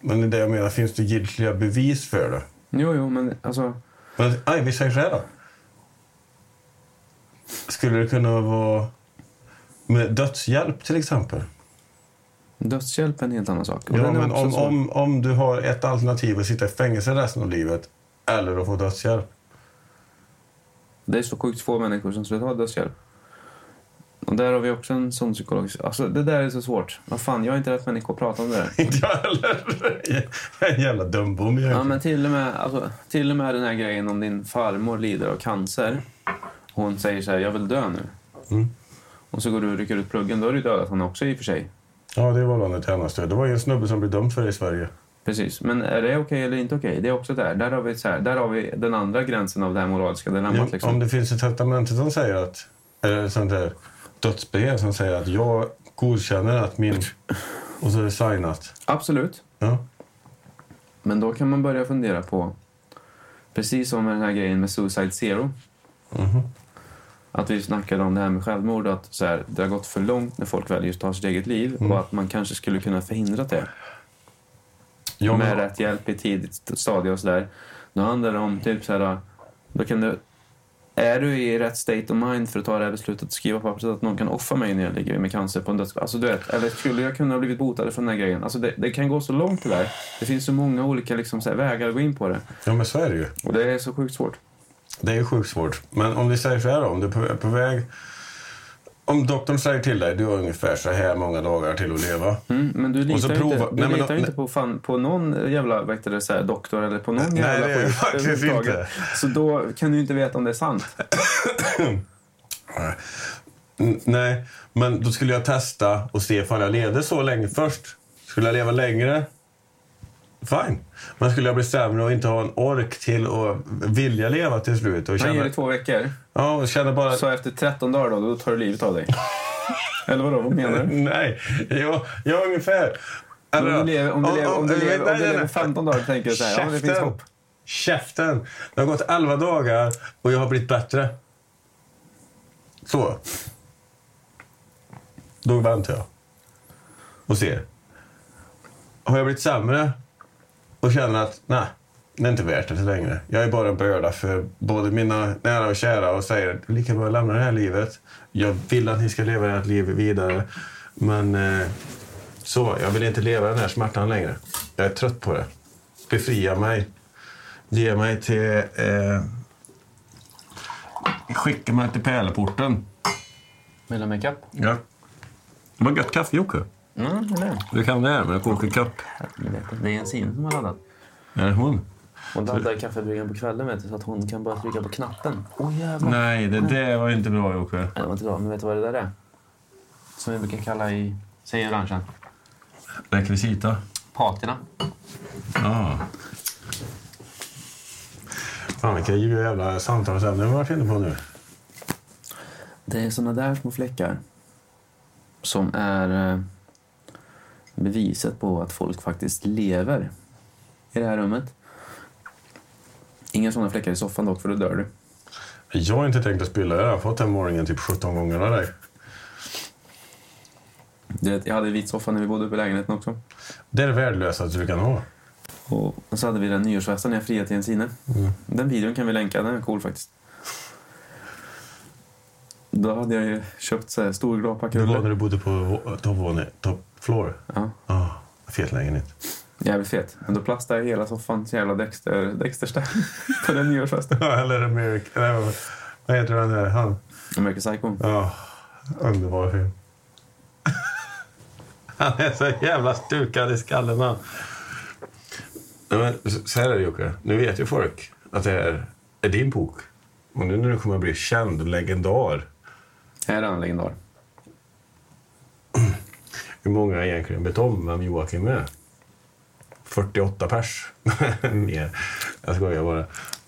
Speaker 2: Men det är det jag menar, finns det giltiga bevis för det?
Speaker 1: Jo, jo, men alltså.
Speaker 2: Men aj, vi säger så här då. Skulle det kunna vara med dödshjälp till exempel?
Speaker 1: Dödshjälp är en helt annan sak. Och
Speaker 2: Ja,
Speaker 1: den är
Speaker 2: men
Speaker 1: också
Speaker 2: om,
Speaker 1: svår.
Speaker 2: om, om du har ett alternativ att sitta i fängelse resten av livet eller att få dödshjälp.
Speaker 1: Det är så sjukt få människor som skulle ta dödshjälp. Och där har vi också en sån psykologisk... Alltså det där är så svårt. Vad fan, jag är inte rätt människa att prata om det där.
Speaker 2: Inte jag heller. Jag är en jävla dumbom
Speaker 1: Ja,
Speaker 2: egentligen.
Speaker 1: men till och, med, alltså, till och med den här grejen om din farmor lider av cancer. Hon säger så här, jag vill dö nu.
Speaker 2: Mm.
Speaker 1: Och så går du och rycker ut pluggen, då har du dödat henne också i och för sig.
Speaker 2: Ja, det var vanligt hjärnstöd. Det var ju en snubbe som blev dömd för det i Sverige.
Speaker 1: Precis, men är det okej eller inte okej? Det är också där. Där har, vi så här, där har vi den andra gränsen av det här moraliska dilemmat.
Speaker 2: Ja,
Speaker 1: liksom.
Speaker 2: om det finns ett testamente som säger att... Eller ett sånt där dödsbrev som säger att jag godkänner att min... Och så är det signat.
Speaker 1: Absolut.
Speaker 2: Ja.
Speaker 1: Men då kan man börja fundera på, precis som med den här grejen med Suicide Zero.
Speaker 2: Mhm.
Speaker 1: Att vi snackade om det här med självmord, att så här, det har gått för långt när folk väljer att ta sitt eget liv
Speaker 2: Mm.
Speaker 1: och att man kanske skulle kunna förhindra det
Speaker 2: Ja,
Speaker 1: med
Speaker 2: men-
Speaker 1: rätt hjälp i tidigt st- stadie och sådär. Då handlar det om typ så här, då kan du, är du i rätt state of mind för att ta det här beslutet och skriva på pappret att någon kan offra mig när jag ligger med cancer på en dödsbädd. Alltså du vet, eller skulle jag kunna ha blivit botad från den här grejen? Alltså det, det kan gå så långt det där. Det finns så många olika liksom, så här, vägar att gå in på det.
Speaker 2: Ja, men så är det ju.
Speaker 1: Och det är så sjukt svårt.
Speaker 2: Det är ju sjukt svårt. Men om vi säger så här då, om du är på- är på väg... Om doktorn säger till dig, du har ungefär så här många dagar till att leva.
Speaker 1: Mm, men du
Speaker 2: Och så
Speaker 1: litar ju
Speaker 2: prova-
Speaker 1: inte, du
Speaker 2: Nej, men
Speaker 1: litar
Speaker 2: då-
Speaker 1: ju inte på, fan, på någon jävla vad heter det, så här, doktor eller på någon
Speaker 2: Nej,
Speaker 1: jävla
Speaker 2: det är
Speaker 1: skit
Speaker 2: faktiskt
Speaker 1: överhuvudtaget.
Speaker 2: inte.
Speaker 1: Så då kan du ju inte veta om det är sant.
Speaker 2: N- nej, men då skulle jag testa och se ifall jag levde så länge först. Skulle jag leva längre? Fine. Men skulle jag bli sämre och inte ha en ork till att vilja leva till slut? Och
Speaker 1: Man ger
Speaker 2: känna,
Speaker 1: det två veckor.
Speaker 2: ja, och känna bara...
Speaker 1: Så efter 13 dagar då, då tar du livet av dig? Eller vadå, vad menar du?
Speaker 2: Nej, ja, ja ungefär.
Speaker 1: Om du lever, om du lever, om du lever, om du
Speaker 2: nej, nej,
Speaker 1: lever
Speaker 2: nej.
Speaker 1: 15 dagar tänker du så här, ja, men det finns
Speaker 2: Käften!
Speaker 1: hopp.
Speaker 2: Käften! Det har gått 11 dagar och jag har blivit bättre. Så. Då väntar jag och ser. Har jag blivit sämre och känner att nej, det är inte värt det längre. Jag är bara en börda för både mina nära och kära och säger lika bra att lämna det här livet. Jag vill att ni ska leva ert liv vidare. Men eh, så, jag vill inte leva den här smärtan längre. Jag är trött på det. Befria mig. Ge mig till... Eh, skicka mig till pärleporten.
Speaker 1: Vill du ha makeup?
Speaker 2: Ja. Vad gött kaffe, Jocke.
Speaker 1: Mm, eller?
Speaker 2: Du kan det här, men jag kokar kapp.
Speaker 1: Det är en sin som har laddat.
Speaker 2: Är det hon?
Speaker 1: Hon laddar kaffebryggaren på kvällen vet du, så att hon kan bara trycka på knappen. Åh jävlar! Nej.
Speaker 3: Nej, det, det var inte bra Jocke.
Speaker 1: det var inte bra. Men vet du vad det där är? Som vi brukar kalla i... Säg orangen.
Speaker 3: Rekvisita.
Speaker 1: Patina.
Speaker 3: Ja.
Speaker 2: Fan vilka jävla samtalsämnen vi varit inne på nu.
Speaker 1: Det är såna där små fläckar som är eh, beviset på att folk faktiskt lever i det här rummet. Inga såna fläckar i soffan dock, för då dör du.
Speaker 2: Jag har inte tänkt att spilla. Jag har fått den morgonen typ 17 gånger av dig.
Speaker 1: du vet, jag hade vit soffa när vi bodde uppe i lägenheten också.
Speaker 2: Det är det värdelösaste du kan ha.
Speaker 1: Och så hade vi den nyårsfesten när jag friade till en sine. Den videon kan vi länka, den är cool faktiskt. Då hade jag ju köpt så här stor
Speaker 2: Det var när
Speaker 1: gladpackerulle.
Speaker 2: du bodde på toppvåningen, top floor.
Speaker 1: Ja,
Speaker 2: Ah, fet lägenhet.
Speaker 1: jävligt fet. Men då plastade jag hela soffan så jävla Dexter, Dextersta på den nyårsfesten.
Speaker 2: Eller American. Nej, vad- Vad heter han där? Han?
Speaker 1: American Psycho.
Speaker 2: Ja, underbar film. Han är så jävla stukad i skallen han. Nej, men så- så här är det Jocke. Nu vet ju folk att det här är din bok. Och nu när du kommer att bli känd och legendar.
Speaker 1: Här är han legendar.
Speaker 2: Hur många har egentligen vet om vem Joakim är? 48 pers. Mer. Jag skojar bara.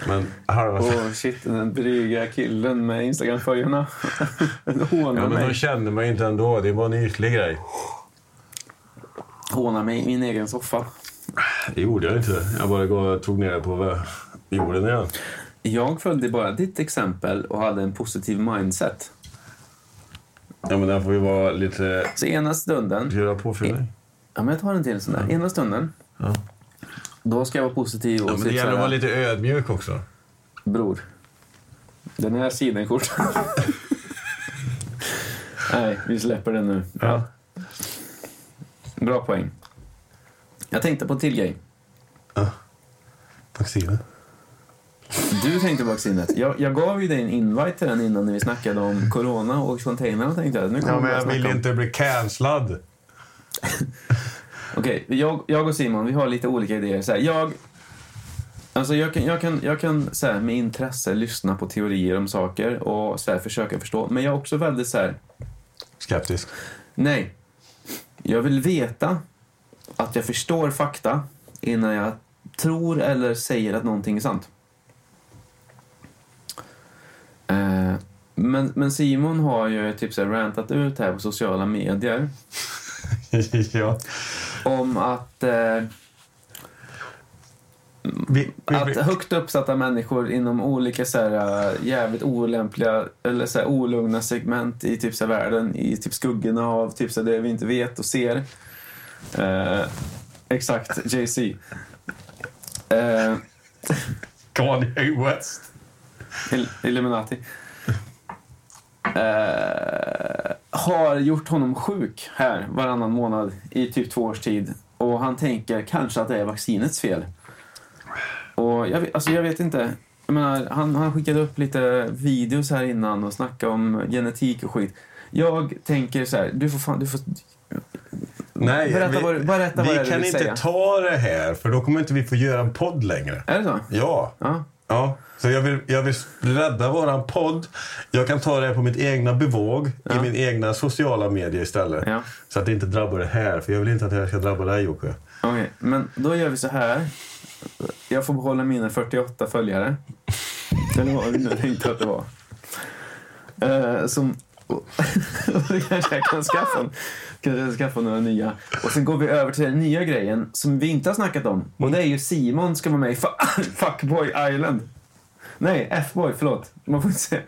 Speaker 2: Men halva...
Speaker 1: Åh shit, den dryga killen med Instagram-följarna. Hånar
Speaker 2: Ja, men de
Speaker 1: mig.
Speaker 2: känner mig inte ändå. Det är bara en ytlig grej.
Speaker 1: Hånar mig i min egen soffa.
Speaker 2: Det gjorde jag inte. Jag bara gav, tog ner det på eh, jorden igen.
Speaker 1: Jag följde bara ditt exempel och hade en positiv mindset.
Speaker 2: Ja, men den får ju vara lite...
Speaker 1: Så ena stunden
Speaker 2: Göra på för dig.
Speaker 1: Ja, men jag tar en till sån där. Ena stunden.
Speaker 2: Ja.
Speaker 1: Då ska jag vara positiv och
Speaker 2: Ja, men det
Speaker 1: typ
Speaker 2: gäller
Speaker 1: såhär,
Speaker 2: att vara lite ödmjuk också.
Speaker 1: bror. Den här sidenkorten. Nej, vi släpper den nu.
Speaker 2: Ja.
Speaker 1: Bra poäng. Jag tänkte på en till grej.
Speaker 2: Vacciner.
Speaker 1: Du tänkte på vaccinet. Jag, jag gav ju dig en invite till den innan när vi snackade om corona och containern. Tänkte jag. Nu kommer
Speaker 2: Ja,
Speaker 1: vi
Speaker 2: men
Speaker 1: börja
Speaker 2: jag vill
Speaker 1: snacka om-
Speaker 2: inte bli cancellad.
Speaker 1: Okej, jag, jag och Simon, vi har lite olika idéer. Så här, jag, alltså jag kan, jag kan, jag kan så här, med intresse lyssna på teorier om saker och så här, försöka förstå. Men jag är också väldigt så här,
Speaker 2: Skeptisk.
Speaker 1: nej. Jag vill veta att jag förstår fakta innan jag tror eller säger att någonting är sant. Eh, men, men Simon har ju typ så här, rantat ut här på sociala medier
Speaker 2: ja.
Speaker 1: om att eh,
Speaker 2: Vi, vi,
Speaker 1: Att
Speaker 2: vi.
Speaker 1: högt uppsatta människor inom olika så här, äh, jävligt olämpliga eller så här, olugna segment i typ så här, världen, i typ skuggorna av typ så här, det vi inte vet och ser. Eh, exakt, JC. Eh,
Speaker 2: Kanye West.
Speaker 1: Il- Illuminati. Eh, har gjort honom sjuk här varannan månad i typ två års tid. Och han tänker kanske att det är vaccinets fel. Och jag, vet- alltså jag vet inte. Jag menar, han, han skickade upp lite videos här innan och snackade om genetik och skit. Jag tänker så här, du får fan, du får...
Speaker 2: Nej,
Speaker 1: berätta
Speaker 2: vi,
Speaker 1: vad, du- berätta vad det är
Speaker 2: vi
Speaker 1: du
Speaker 2: kan
Speaker 1: vill
Speaker 2: inte
Speaker 1: säga.
Speaker 2: ta det här för då kommer inte vi få göra en podd längre.
Speaker 1: Är det så?
Speaker 2: Ja.
Speaker 1: Ja.
Speaker 2: Ja, så jag vill, jag vill rädda våran podd. Jag kan ta det här på mitt egna bevåg i min egna sociala medier istället.
Speaker 1: Ja.
Speaker 2: Så att det inte drabbar det här, för jag vill inte att det här ska drabba dig Jocke.
Speaker 1: Okej, men då gör vi så här. Jag får behålla mina 48 följare. Eller vad det nu tänkte att det var. Eh, som... och- då kanske jag kan skaffa, en- kanske jag skaffa några nya. Och sen går vi över till den nya grejen som vi inte har snackat om. Och det är ju Simon ska vara med i fa- Fuckboy Island. Nej, F-boy, förlåt. Man får inte säga...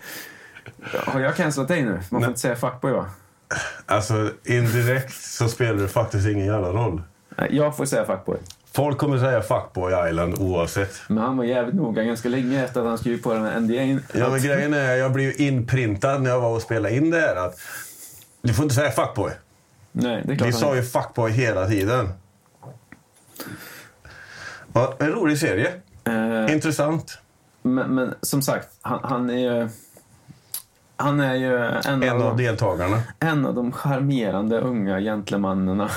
Speaker 1: Har jag cancelat dig nu? Man får inte säga fuckboy va?
Speaker 2: Alltså indirekt så spelar det faktiskt ingen jävla roll.
Speaker 1: Nej, jag får säga fuckboy.
Speaker 2: Folk kommer säga fuckboy island oavsett.
Speaker 1: Men han var jävligt noga ganska länge efter att han skrev på den här NDA.
Speaker 2: Ja, men grejen är, jag blev ju inprintad när jag var och spelade in det här att du får inte säga fuckboy.
Speaker 1: Nej, det är klart
Speaker 2: Vi
Speaker 1: han-
Speaker 2: sa ju fuckboy hela tiden. Ja, en rolig serie.
Speaker 1: Eh,
Speaker 2: Intressant.
Speaker 1: men, men som sagt, han, han är ju... Han är ju en,
Speaker 2: En av
Speaker 1: de,
Speaker 2: deltagarna.
Speaker 1: en av de charmerande unga gentlemannerna.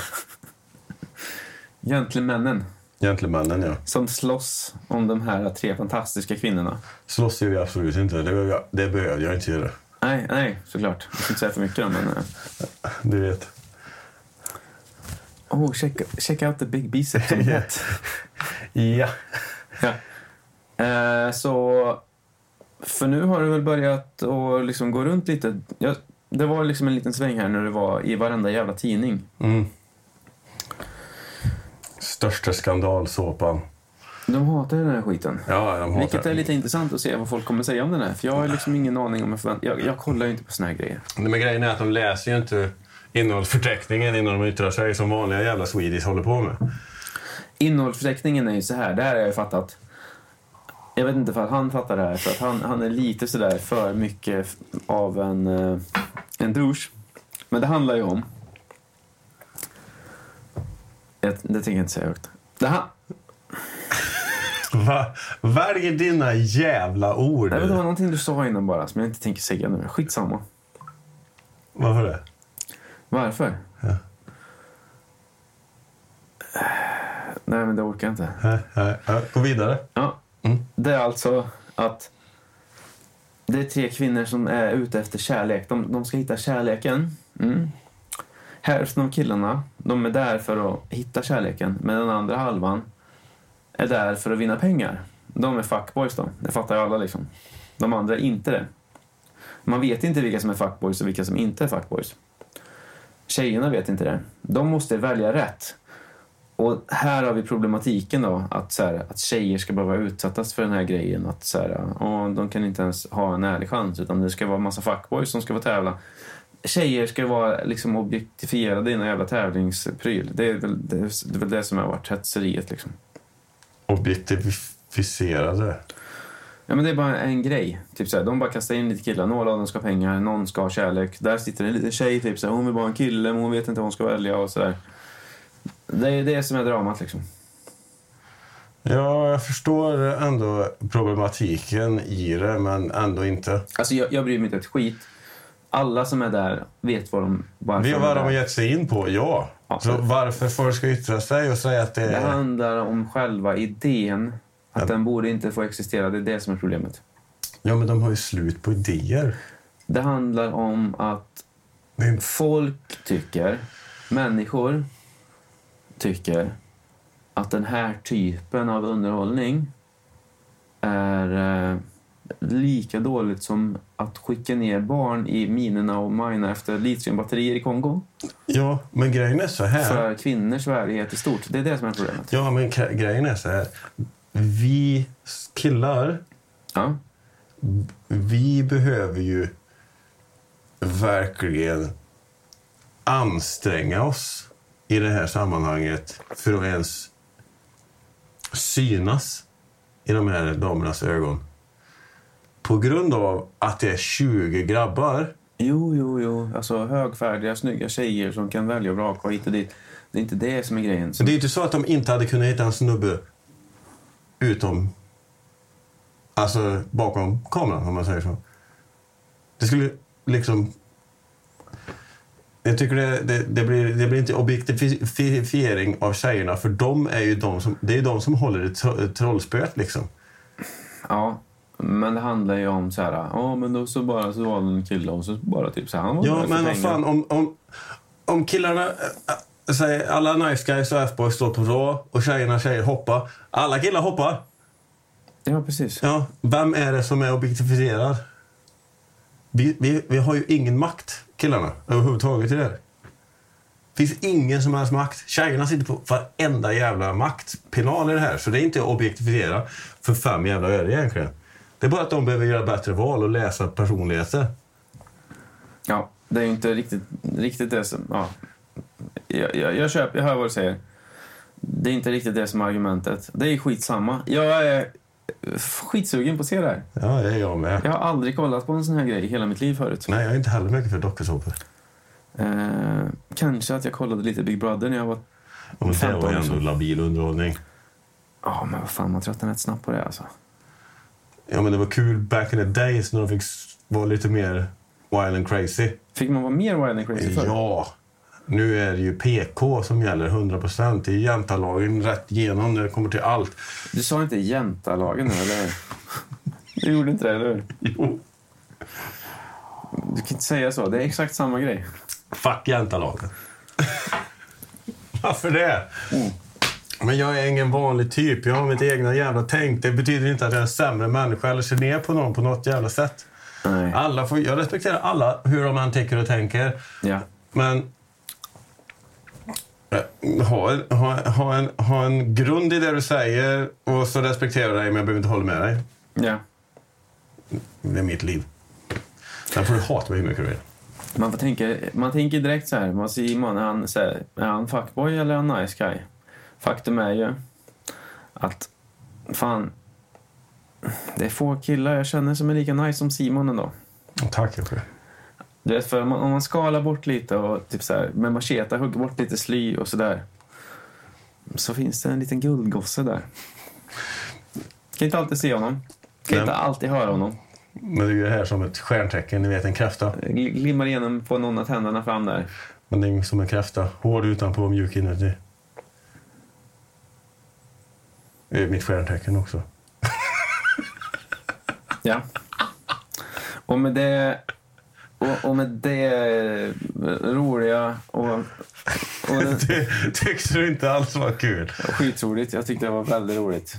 Speaker 1: Gentlemännen.
Speaker 2: Gentlemannen, ja.
Speaker 1: Som slåss om de här tre fantastiska kvinnorna.
Speaker 2: Slåss gör vi absolut inte. Det, behöver jag- det behövde jag inte göra.
Speaker 1: Nej, nej, såklart. Jag ska inte säga för mycket då, men... eh,
Speaker 2: Du vet.
Speaker 1: Oh, check, check out the big biceps on that.
Speaker 2: Ja.
Speaker 1: ja. eh, så... För nu har du väl börjat att liksom gå runt lite. Jag, det var liksom en liten sväng här när det var i varenda jävla tidning.
Speaker 2: Mm. Största skandalsåpan.
Speaker 1: De hatar ju den här skiten.
Speaker 2: Ja, de hatar
Speaker 1: Vilket är
Speaker 2: den.
Speaker 1: lite intressant att se vad folk kommer säga om den här. För jag har liksom ingen aning om jag förväntar jag, jag kollar ju inte på såna här grejer.
Speaker 2: Nej, Men grejen är att de läser ju inte innehållsförteckningen innan de yttrar sig som vanliga jävla Swedish håller på med.
Speaker 1: Innehållsförteckningen är ju så här, det här har jag ju fattat. Jag vet inte för att han fattar det här, för att han, han är lite sådär för mycket av en, eh, en douche. Men det handlar ju om... Jag, det tänker jag inte säga högt. Det han,
Speaker 2: Va? Välj dina jävla ord.
Speaker 1: nej, men det var någonting du sa innan bara som jag inte tänker säga nu. Skitsamma.
Speaker 2: Varför det?
Speaker 1: Varför?
Speaker 2: Ja.
Speaker 1: Nej, men det orkar jag inte.
Speaker 2: Nej, nej, nej. Gå vidare.
Speaker 1: Ja.
Speaker 2: Mm.
Speaker 1: Det är alltså att det är tre kvinnor som är ute efter kärlek. De, de ska hitta kärleken. Mm. Hälften av killarna de är där för att hitta kärleken, men den andra halvan är där för att vinna pengar. De är fuckboys, då. det fattar ju alla. liksom. De andra är inte det. Man vet inte vilka som är fuckboys och vilka som inte är fuckboys. Tjejerna vet inte det. De måste välja rätt. Och här har vi problematiken då, att, så här, att tjejer ska behöva utsättas för den här grejen. Att så här, åh, de kan inte ens ha en ärlig chans, utan det ska vara massa fuckboys som ska vara tävla. Tjejer ska vara liksom objektifierade i en jävla tävlingspryl. Det är väl det, det, är väl det som har varit hetseriet. Liksom.
Speaker 2: Objektificerade.
Speaker 1: Ja, men det är bara en grej. Typ så här, de bara kastar in lite killar. Några av dem ska ha pengar, någon ska ha kärlek. Där sitter en liten tjej, typ så här, hon vill bara ha en kille, men hon vet inte vad hon ska välja. och så där. Det är det som är dramat. liksom.
Speaker 2: Ja, jag förstår ändå problematiken i det, men ändå inte.
Speaker 1: Alltså jag, jag bryr mig inte ett skit. Alla som är där vet vad de... Varför
Speaker 2: Det Alltså- är vad
Speaker 1: de
Speaker 2: de
Speaker 1: är
Speaker 2: har
Speaker 1: där.
Speaker 2: gett sig in på, ja.
Speaker 1: Ja.
Speaker 2: Så varför folk ska yttra sig och säga att det
Speaker 1: Det
Speaker 2: är...
Speaker 1: handlar om själva idén. Att
Speaker 2: Ja.
Speaker 1: den borde inte få existera. Det är det som är problemet.
Speaker 2: Ja, men de har ju slut på idéer.
Speaker 1: Det handlar om att
Speaker 2: Det är inte...
Speaker 1: folk tycker, människor tycker att den här typen av underhållning är eh, lika dåligt som att skicka ner barn i minerna och mina efter litiumbatterier i Kongo.
Speaker 2: Ja, men grejen är så här.
Speaker 1: för kvinnors värdighet i stort. Det är det som är problemet.
Speaker 2: Ja, men gre- grejen är så här. Vi killar,
Speaker 1: Ja.
Speaker 2: vi behöver ju verkligen anstränga oss i det här sammanhanget för att ens synas i de här damernas ögon. På grund av att det är 20 grabbar.
Speaker 1: Jo, jo, jo. Alltså högfärdiga, snygga tjejer som kan välja och vraka och hit och dit. Det är inte det som är grejen.
Speaker 2: Så det är ju inte så att de inte hade kunnat hitta en snubbe utom... Alltså bakom kameran, om man säger så. Det skulle liksom... Jag tycker det, det, det, blir, det blir inte objektifiering av tjejerna för de är ju de som, det är de som håller i tro- trollspöet liksom.
Speaker 1: Ja. Men det handlar ju om så här, ja men då så bara så var det en kille och så bara typ så här, han var där
Speaker 2: Ja,
Speaker 1: för
Speaker 2: men vad
Speaker 1: pengar.
Speaker 2: fan om, om, om killarna... äh, äh, Säger alla nice guys och F-boys står på rå och tjejerna tjejer hoppar. Alla killar hoppar!
Speaker 1: Ja, precis.
Speaker 2: Ja, vem är det som är objektifierad? Vi, vi, vi har ju ingen makt, killarna, överhuvudtaget i det här. Det finns ingen som helst makt. Tjejerna sitter på varenda jävla maktpinal i det här. Så det är inte att objektifiera för fem jävla öre egentligen. Det är bara att de behöver göra bättre val och läsa personligheter.
Speaker 1: Ja, det är ju inte riktigt, riktigt det som... Ja. Jag, jag, jag, köper, jag hör vad du säger. Det är inte riktigt det som är argumentet. Det är skitsamma. Jag är skitsugen på att se det här.
Speaker 2: Ja, det är jag med.
Speaker 1: Jag har aldrig kollat på en sån här grej i hela mitt liv förut.
Speaker 2: Nej, jag är inte heller mycket för dokusåpor.
Speaker 1: Eh, kanske att jag kollade lite Big Brother när jag var...
Speaker 2: Ja, men Det var
Speaker 1: 15
Speaker 2: ju
Speaker 1: också.
Speaker 2: ändå labil underhållning.
Speaker 1: Ja, men vad fan, man tröttnar rätt snabbt på det alltså.
Speaker 2: Ja, men det var kul back in the days när de fick s- vara lite mer wild and crazy.
Speaker 1: Fick man vara mer wild and crazy förr?
Speaker 2: Ja. Nu är det ju PK som gäller 100 procent. Det är jantalagen rätt igenom när det kommer till allt.
Speaker 4: Du sa inte jäntalagen nu, eller hur?
Speaker 1: Du gjorde inte det, eller hur?
Speaker 2: Jo,
Speaker 4: Du kan inte säga så. Det är exakt samma grej.
Speaker 2: fuck jantalagen. Varför det? Men jag är ingen vanlig typ. Jag har mitt egna jävla tänk. Det betyder inte att jag är en sämre människa eller ser ner på någon på något jävla sätt.
Speaker 4: Nej.
Speaker 2: Alla får, jag respekterar alla hur de än tycker och tänker.
Speaker 4: Ja.
Speaker 2: Men eh, ha en, ha, ha, en, ha en grund i det du säger och så respekterar jag dig men jag behöver inte hålla med dig.
Speaker 1: Ja.
Speaker 2: Det är mitt liv. Sen får du hata mig hur mycket du vill.
Speaker 1: Man, får tänka, man tänker direkt så här, vad Simon, är han, så här, är han fuckboy eller är han nice guy? Faktum är ju att, fan, det är få killar jag känner som är lika nice som Simon ändå.
Speaker 2: Tack Jocke.
Speaker 1: Du vet, för om man, om man skalar bort lite och typ så här, med macheta hugger bort lite sly och sådär. Så finns det en liten guldgosse där. Kan inte alltid se honom. Kan
Speaker 2: Nej.
Speaker 1: inte alltid höra honom.
Speaker 2: Men du är här som ett stjärntecken, ni vet en kräfta.
Speaker 1: Gl- Glimmar igenom på någon av tänderna fram där.
Speaker 2: Men det är som en kräfta. Hård utanpå och mjuk inuti. Det är mitt stjärntecken också.
Speaker 1: Ja. Och med det... Och, och med det roliga och, och
Speaker 2: Det tyckte du inte alls var kul.
Speaker 1: skitroligt. Jag tyckte det var väldigt roligt.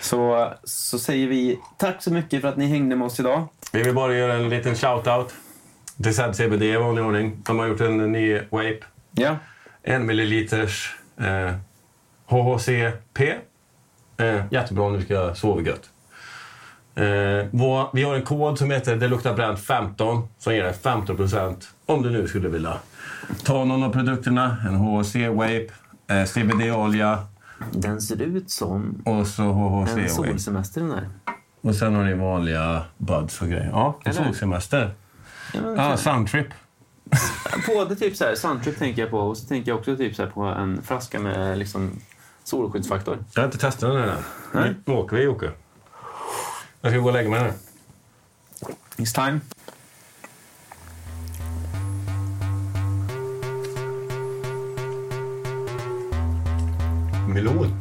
Speaker 1: Så, så säger vi tack så mycket för att ni hängde med oss idag.
Speaker 2: Vi vill bara göra en liten shout-out till ZCBD i vanlig ordning. De har gjort en ny vape.
Speaker 1: Ja,
Speaker 2: En milliliters eh, HHCP. Eh, jättebra om du ska sova gött. Eh, vår, vi har en kod som heter Det luktar bränt 15 som ger dig 15 om du nu skulle vilja.
Speaker 5: Ta någon av produkterna. En HHC Vape, eh, CBD-olja
Speaker 1: den ser ut som
Speaker 5: och så HHC
Speaker 1: en
Speaker 5: Vape.
Speaker 1: solsemester den där.
Speaker 5: Och sen har ni vanliga buds och grejer. Ja, och
Speaker 1: Eller?
Speaker 5: solsemester.
Speaker 1: Ja, men,
Speaker 5: Ja, Suntrip.
Speaker 1: Både typ så här, Suntrip tänker jag på och så tänker jag också typ så här på en flaska med liksom solskyddsfaktor.
Speaker 2: Jag har inte testat den här än.
Speaker 1: Nej.
Speaker 2: Nu åker vi Jocke. Jag ska gå och lägga mig nu.
Speaker 1: It's time.
Speaker 2: Melon.